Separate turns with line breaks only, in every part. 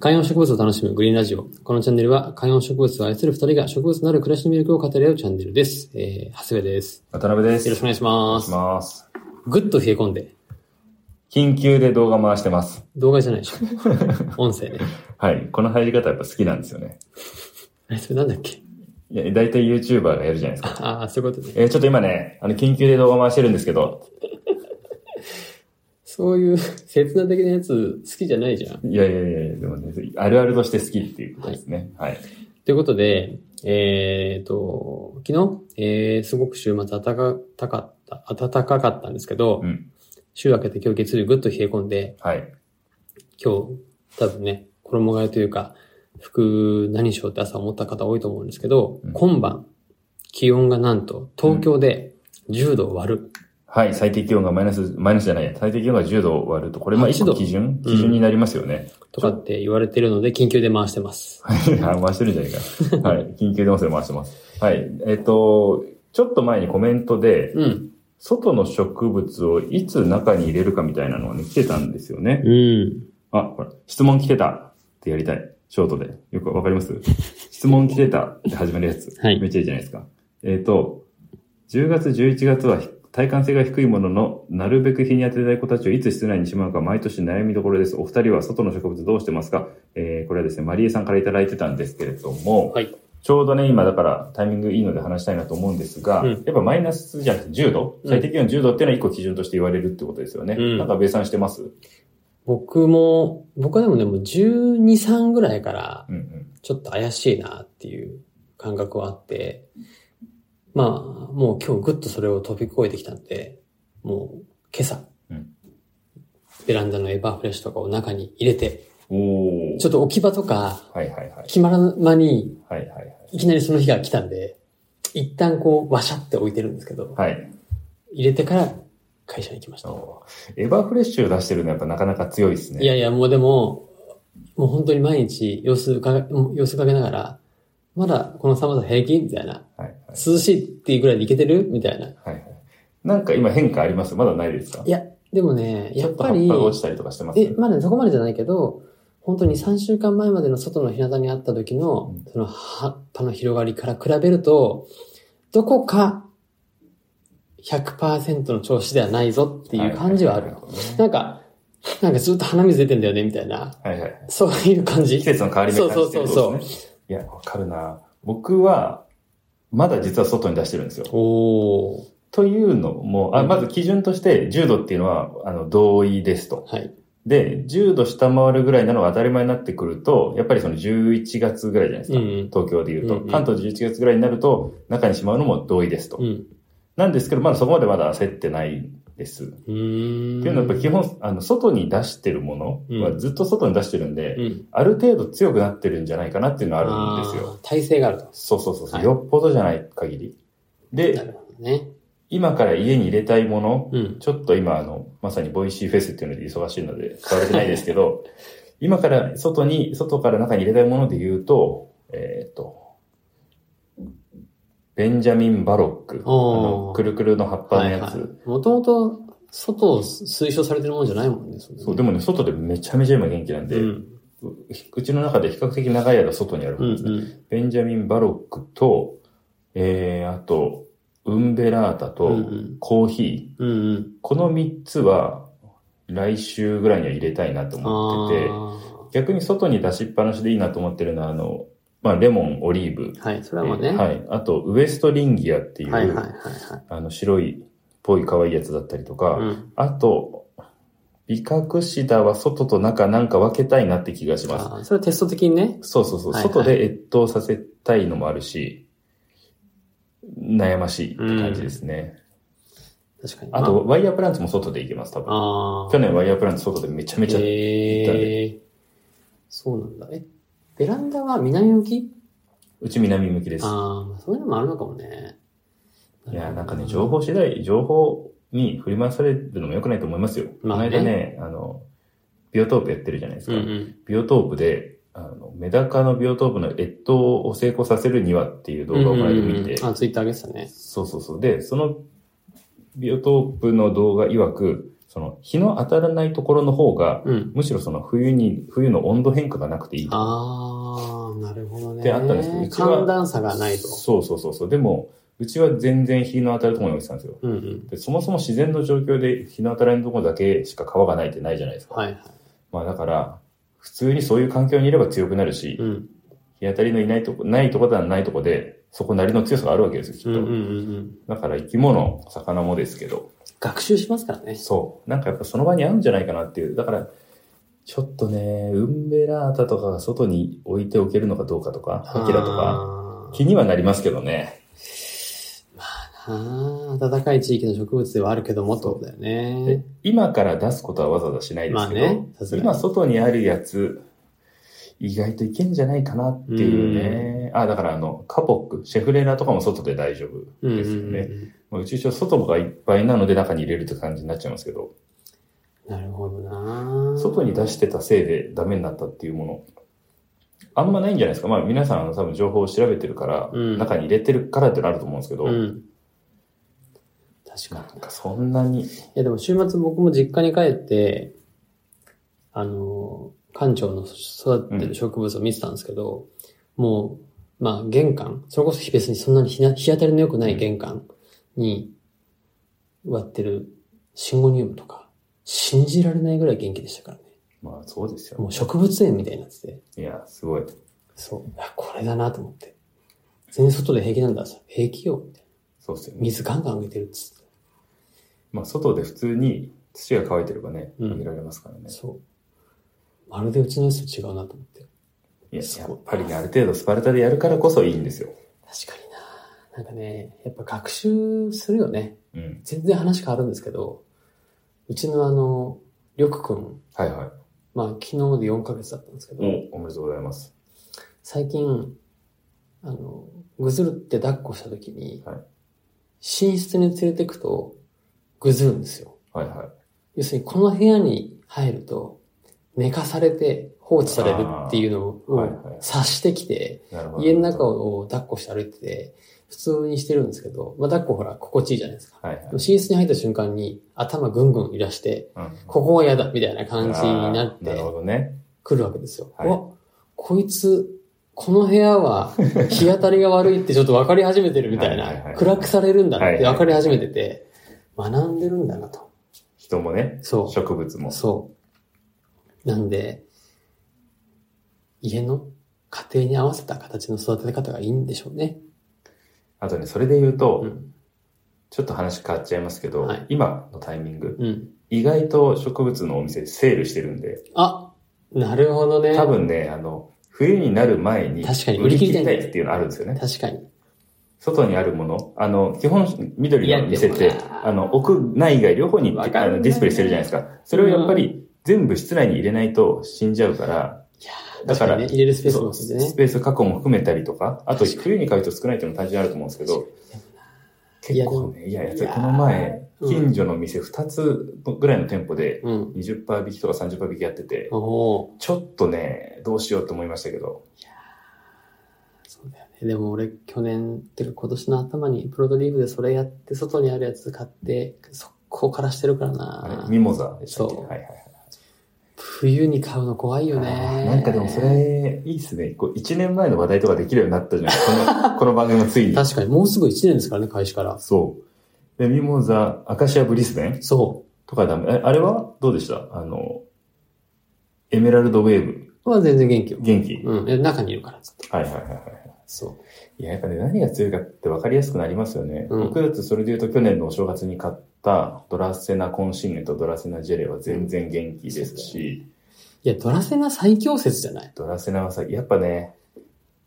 観葉植物を楽しむグリーンラジオ。このチャンネルは観葉植物を愛する二人が植物なる暮らしの魅力を語り合うチャンネルです。えー、長谷部です。
渡辺です。
よろしくお
お
願いしま
願い
す
し。ます。
ぐっと冷え込んで、
緊急で動画回してます。
動画じゃ ないでしょ。音声ね。
はい。この入り方やっぱ好きなんですよね。
あれ、それなんだっけ
いや、大体 YouTuber がやるじゃないですか。
ああ、そういうことね。
えーちょっと今ね、あの、緊急で動画回してるんですけど、
そういう切断的なやつ好きじゃないじゃん。
いやいやいやいやでもね、あるあるとして好きっていうことですね。はい。
ということで、えっ、と、昨日、えー、すごく週末暖かたかった、暖かかったんですけど、
うん。
週明けて今日月曜日ぐっと冷え込んで、
はい。
今日、多分ね、衣替えというか、服何しようって朝思った方多いと思うんですけど、
うん
今晩、気温がなんと、東京で10度割る。
はい。最低気温がマイナス、マイナスじゃないや。最低気温が10度割ると、これまあ一
8度
個基準基準になりますよね。
とかって言われてるので、緊急で回してます。
はい。あ 回してるんじゃないか。はい。緊急で音声回してます。はい。えっ、と、ちょっと前にコメントで、
うん。
外の植物をいつ中に入れるかみたいなのがね、来てたんですよね。
うん。
あ、ほら、質問来てたってやりたい。ショートで。よくわかります 質問来てたって始めるやつ。
はい
めっちゃいいじゃないですか。えっ、と、10月、11月はひ体感性が低いものの、なるべく日に当てたい子たちをいつ室内にしまうか毎年悩みどころです。お二人は外の植物どうしてますかえー、これはですね、マリエさんからいただいてたんですけれども、
はい。
ちょうどね、今だからタイミングいいので話したいなと思うんですが、
うん
やっぱマイナスじゃなくて10度、
うん
最低気温10度っていうのは一個基準として言われるってことですよね。
うん
なんか、米さんしてます
僕も、僕はでもね、もう12、3ぐらいから、
うんうん。
ちょっと怪しいなっていう感覚はあって、まあ、もう今日ぐっとそれを飛び越えてきたんで、もう今朝、
うん
ベランダのエバーフレッシュとかを中に入れて、
おー
ちょっと置き場とか、
はいはいはい。
決まらん間に、
はいはいはい。
いきなりその日が来たんで、一旦こう、わしゃって置いてるんですけど、
はい。
入れてから会社に行きました。
おーエバーフレッシュを出してるのはやっぱなかなか強いですね。
いやいや、もうでも、もう本当に毎日様子うかが、様子かけながら、まだこの寒さ平気みたいな。
はいはい。
涼しいっていうぐらいでいけてるみたいな。
はいはい。なんか今変化ありますまだないですか
いや、でもね、やっぱ
ちょ
り
と葉っぱ、が落ちたりとかしてます
え、まだねそこまでじゃないけど、本当に3週間前までの外の日向にあった時の
う、
その葉っぱの広がりから比べると、どこか100%の調子ではないぞっていう感じはある。なんか、なんかずっと鼻水出てんだよね、みたいな。
はいはい。
そういう感じ
季。節の変わり目感じて
そ
る
うそうそうそう
ってことですね。いや、わかるな僕は、まだ実は外に出してるんですよ。
おー。
というのも、あまず基準として10度っていうのは、あの、同意ですと。
はい。
で、10度下回るぐらいなのが当たり前になってくると、やっぱりその11月ぐらいじゃないです
う
か。
ん。
東京で言うと、
うんうん
関東11月ぐらいになると、中にしまうのも同意ですと。
うん。
なんですけど、まだそこまでまだ焦ってないです。っ
うーん。
ていうのはやっぱ基本、あの、外に出してるもの
う
は
ん
ずっと外に出してるんで、
うん。
ある程度強くなってるんじゃないかなっていうのはあるんです
あ
よ。
ー。体勢があると。
そうそうそうそう、
はい
よっぽどじゃない限り。
な
で、
るほどね。
今から家に入れたいもの、
うん。
ちょっと今、あの、まさにボイシーフェスっていうので忙しいので、使われてないですけ ど、今から外に、外から中に入れたいもので言うと、えっ、と、ベンジャミン・バロック。あ
おー
の、くるくるの葉っぱのやつ。
もともと、外を推奨されてるもんじゃないもんね。それね
そう、でもね、外でめちゃめちゃ今元気なんで、
う。
うんちの中で比較的長い間外にあるも
うんん
ですね。
うん。
ベンジャミン・バロックと、えー、あと、ウンベラータ
う
と
んうん、
コーヒー。
うんうん。
この3つは、来週ぐらいには入れたいなと思ってて、
あ
逆に外に出しっぱなしでいいなと思ってるのは、あの、まあ、レモン、オリーブ。
あ。はい、それは
え
ね。
ーはい。あと、ウエストリンギアっていう、
はいはいはいはい。
あの、白い、ぽい可愛いやつだったりとか、
うん。
あと、ビカクシダは外と中なんか分けたいなって気がします。
あーそれはテスト的にね。
そうそうそう。
はいはい
外で越冬させたいのもあるし、悩ましいって感じですね。
確かに。
あと、ワイヤープランツも外で行けます、多分。
まあ、あー
去年ワイヤープランツ外でめちゃめちゃ、行ったん
へーそうなんだ。え、ベランダは南向き
うち南向きです。
ああ、そういうのもあるのかもね。
いや、なんかね、情報次第、情報に振り回されるのも良くないと思いますよ。
まあね
この間ね、あの、ビオトープやってるじゃないです
うん
か。
うん。
ビオトープで、あの、メダカのビオトープの越冬を成功させるにはっていう動画をこの間見て、
うんうんうんあ、ツイッター上げてたね。
そうそうそう。で、そのビオトープの動画曰く、その日の当たらないところの方が、
うん。
むしろその冬に、冬の温度変化がなくていい。
あー、なるほどね。
ってあったんですけどうちは
寒暖差がないと。
そうそうそうそう。でも、うちは全然日の当たるところに置いてたんですよ。
うんうん。
でそもそも自然の状況で日の当たらないところだけしか川がないってないじゃないですか。
はいはい。
まあだから、普通にそういう環境にいれば強くなるし、
うん。
日当たりのいないとこ、ないとこではないとこで、そこなりの強さがあるわけですよ、きっと。
うんうんうんうん。
だから生き物、魚もですけど、
学習しますからね。
そう。なんかやっぱその場に合うんじゃないかなっていう。だから、ちょっとね、ウンベラータとかが外に置いておけるのかどうかとか、アキラとか、
か
気にはなりますけどね。
ああ、暖かい地域の植物ではあるけどもってことだよ
で
ね。
今から出すことはわざわざしないですけど、
まあねさすがに
今外にあるやつ、意外といけんじゃないかなっていうね。あ、だからあの、カポック、シェフレラとかも外で大丈夫
うん
で
うん
す
う
よね。
ん。
まあうち一応外がいっぱいなので中に入れるって感じになっちゃいますけど、
なるほどな
外に出してたせいでダメになったっていうもの、あんまないんじゃないですか。まあ皆さんあの多分情報を調べてるから、
うん
中に入れてるからってなると思うんですけど、
うん。確か
なんかそんなに、
に。いやでも週末僕も実家に帰って、あの、館長の育ってる植物を見てたんですけど、もう、まあ玄関、それこそ別にそんなに日な日当たりの良くない玄関に割ってるシンゴニウムとか、信じられないぐらい元気でしたからね。
まあそうですよ。
もう植物園みたいになってて。
いや、すごい。
そう。あ、これだなと思って。全然外で平気なんだ。平気よ。みたいな
そうですよね。
水ガンガンあげてるっつって。
まあ外で普通に土が乾いてればね、
うん
見られますからね。
そう。まるでうちのやつと違うなと思って。
いや、
す
や
ごい
っぱりね、ある程度スパルタでやるからこそいいんですよ。
確かにななんかね、やっぱ学習するよね。
うん。
全然話変わるんですけど、うちのあの、りょくくん、
はいは
まあ昨日で4ヶ月だったんですけど、
い。おおめでとうございます。
最近、あの、ぐずるって抱っこした時に、
はい
寝室に連れてくと、ぐずるんですよ。
はいはい。
要するにこの部屋に入ると、寝かされて放置されるっていうの
あーはいはい
を察してきて、
なるほど。
家の中。を抱っこして歩いてて、普通にしてるんですけど、まあ抱っこほら心地いいじゃないですか。
はいはい
でも。寝室に入った瞬間に頭ぐんぐん揺らして、
うん
ここは嫌だみたいな感じになっ
あーなる
て
ほどね。
くるわけですよ。
はい
おこいつ、この部屋は日当たりが悪いってちょっと分かり始めてるみたい
はいはいは
な、
い
暗くされるんだなって
はい
分かり始めてて、学んでるんだなと。
人もね、
そう。
植物も。
そう。なんで、家の家庭に合わせた形の育て方がいいんでしょうね。
あとね、それで言うと、
うん。
ちょっと話変わっちゃいますけど、
はい
今のタイミング、
うん。
意外と植物のお店セールしてるんで、
あ、なるほどね。
多。分ね、あの、冬になる前に
確かに
売り切りた
売り切りた
い
い
っていうのあるんですよね。
確かに。
外にあるもの、あの、基本緑の店っ
い
て
やでも、な
あの、屋内外両方に
わか
あ
る
のディスプレイしてるじゃないですか。それをやっぱり全部室内に入れないと死んじゃうから、
いやー
だから
確にね、入れるスペース
そ
も
う
そうで
ス
ね。
ペース確保も含めたりとか、あと
確かに
冬に買う人少ないっていうのも単純にあると思うんですけど、
いや
結構ね、いやい
いや
や、この前、
うん
近所の店2つぐらいの店舗で
うん。
20%引きとか30%引きやってて、
おー
ちょっとね、どうしようと思いましたけど、
そうだよね。でも俺、去年っていうか今年の頭にプロドリーフでそれやって、外にあるやつ買って、速攻からしてるから
あれ
な
ミ。モザでしたっけ
そう
はいはいはい。
冬に買うの怖いよ
あ
ね。
ーなんかでもそれ、いいっすね。こう、1年前の話題とかできるようになったじゃないこの、こ の番組もついに。
確かに、もうすぐ1年ですからね、開始から。
そう。で、ミモザ、アカシアブリスベン
そう。
とかダメ。えあれはどうでしたあの、エメラルドウェーブ。
は全然元気よ。
元気。
うん。え中にいるから、ずっと。
はいはいはいはい。
そ
いや、やっぱね、何が強いかって分かりやすくなりますよね。
うん
僕だってそれで言うと去年のお正月に買ったドラセナコンシーネとドラセナジェレは全然元気ですし、
う。いや、ドラセナ最強説じゃない
ドラセナはさ、やっぱね、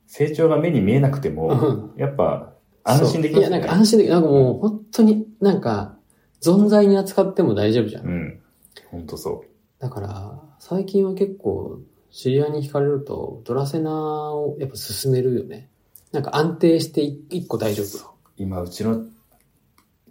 成長が目に見えなくても、やっぱ安心でき
る。
ま
いや、
す
な
ね。
んか安心できる。なんかもう、本当に、なんか、存在に扱っても大丈夫じゃん。
うん。ほんとそ
だから、最近は結構、知り合いに惹かれると、ドラセナをやっぱ進めるよね。なんか安定してい一個大丈夫。
う。今、うちの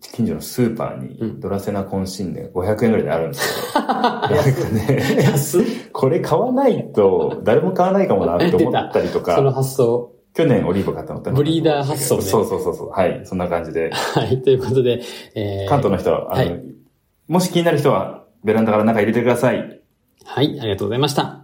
近所のスーパーに
うん
ドラセナコンシンで500円ぐらいであるんですけど、 なんかね、
安っ
これ買わないと誰も買わないかもなって思ったりと
その
か、
発想。
去年オリーブ買ったのって
ブリーダー発想ね
そうそうそうそう。はい。そんな感じで。
はい。ということで、えー、
関東の人は、あの、
は
もし気になる人は、ベランダから中入れてください。
はい、ありがとうございました。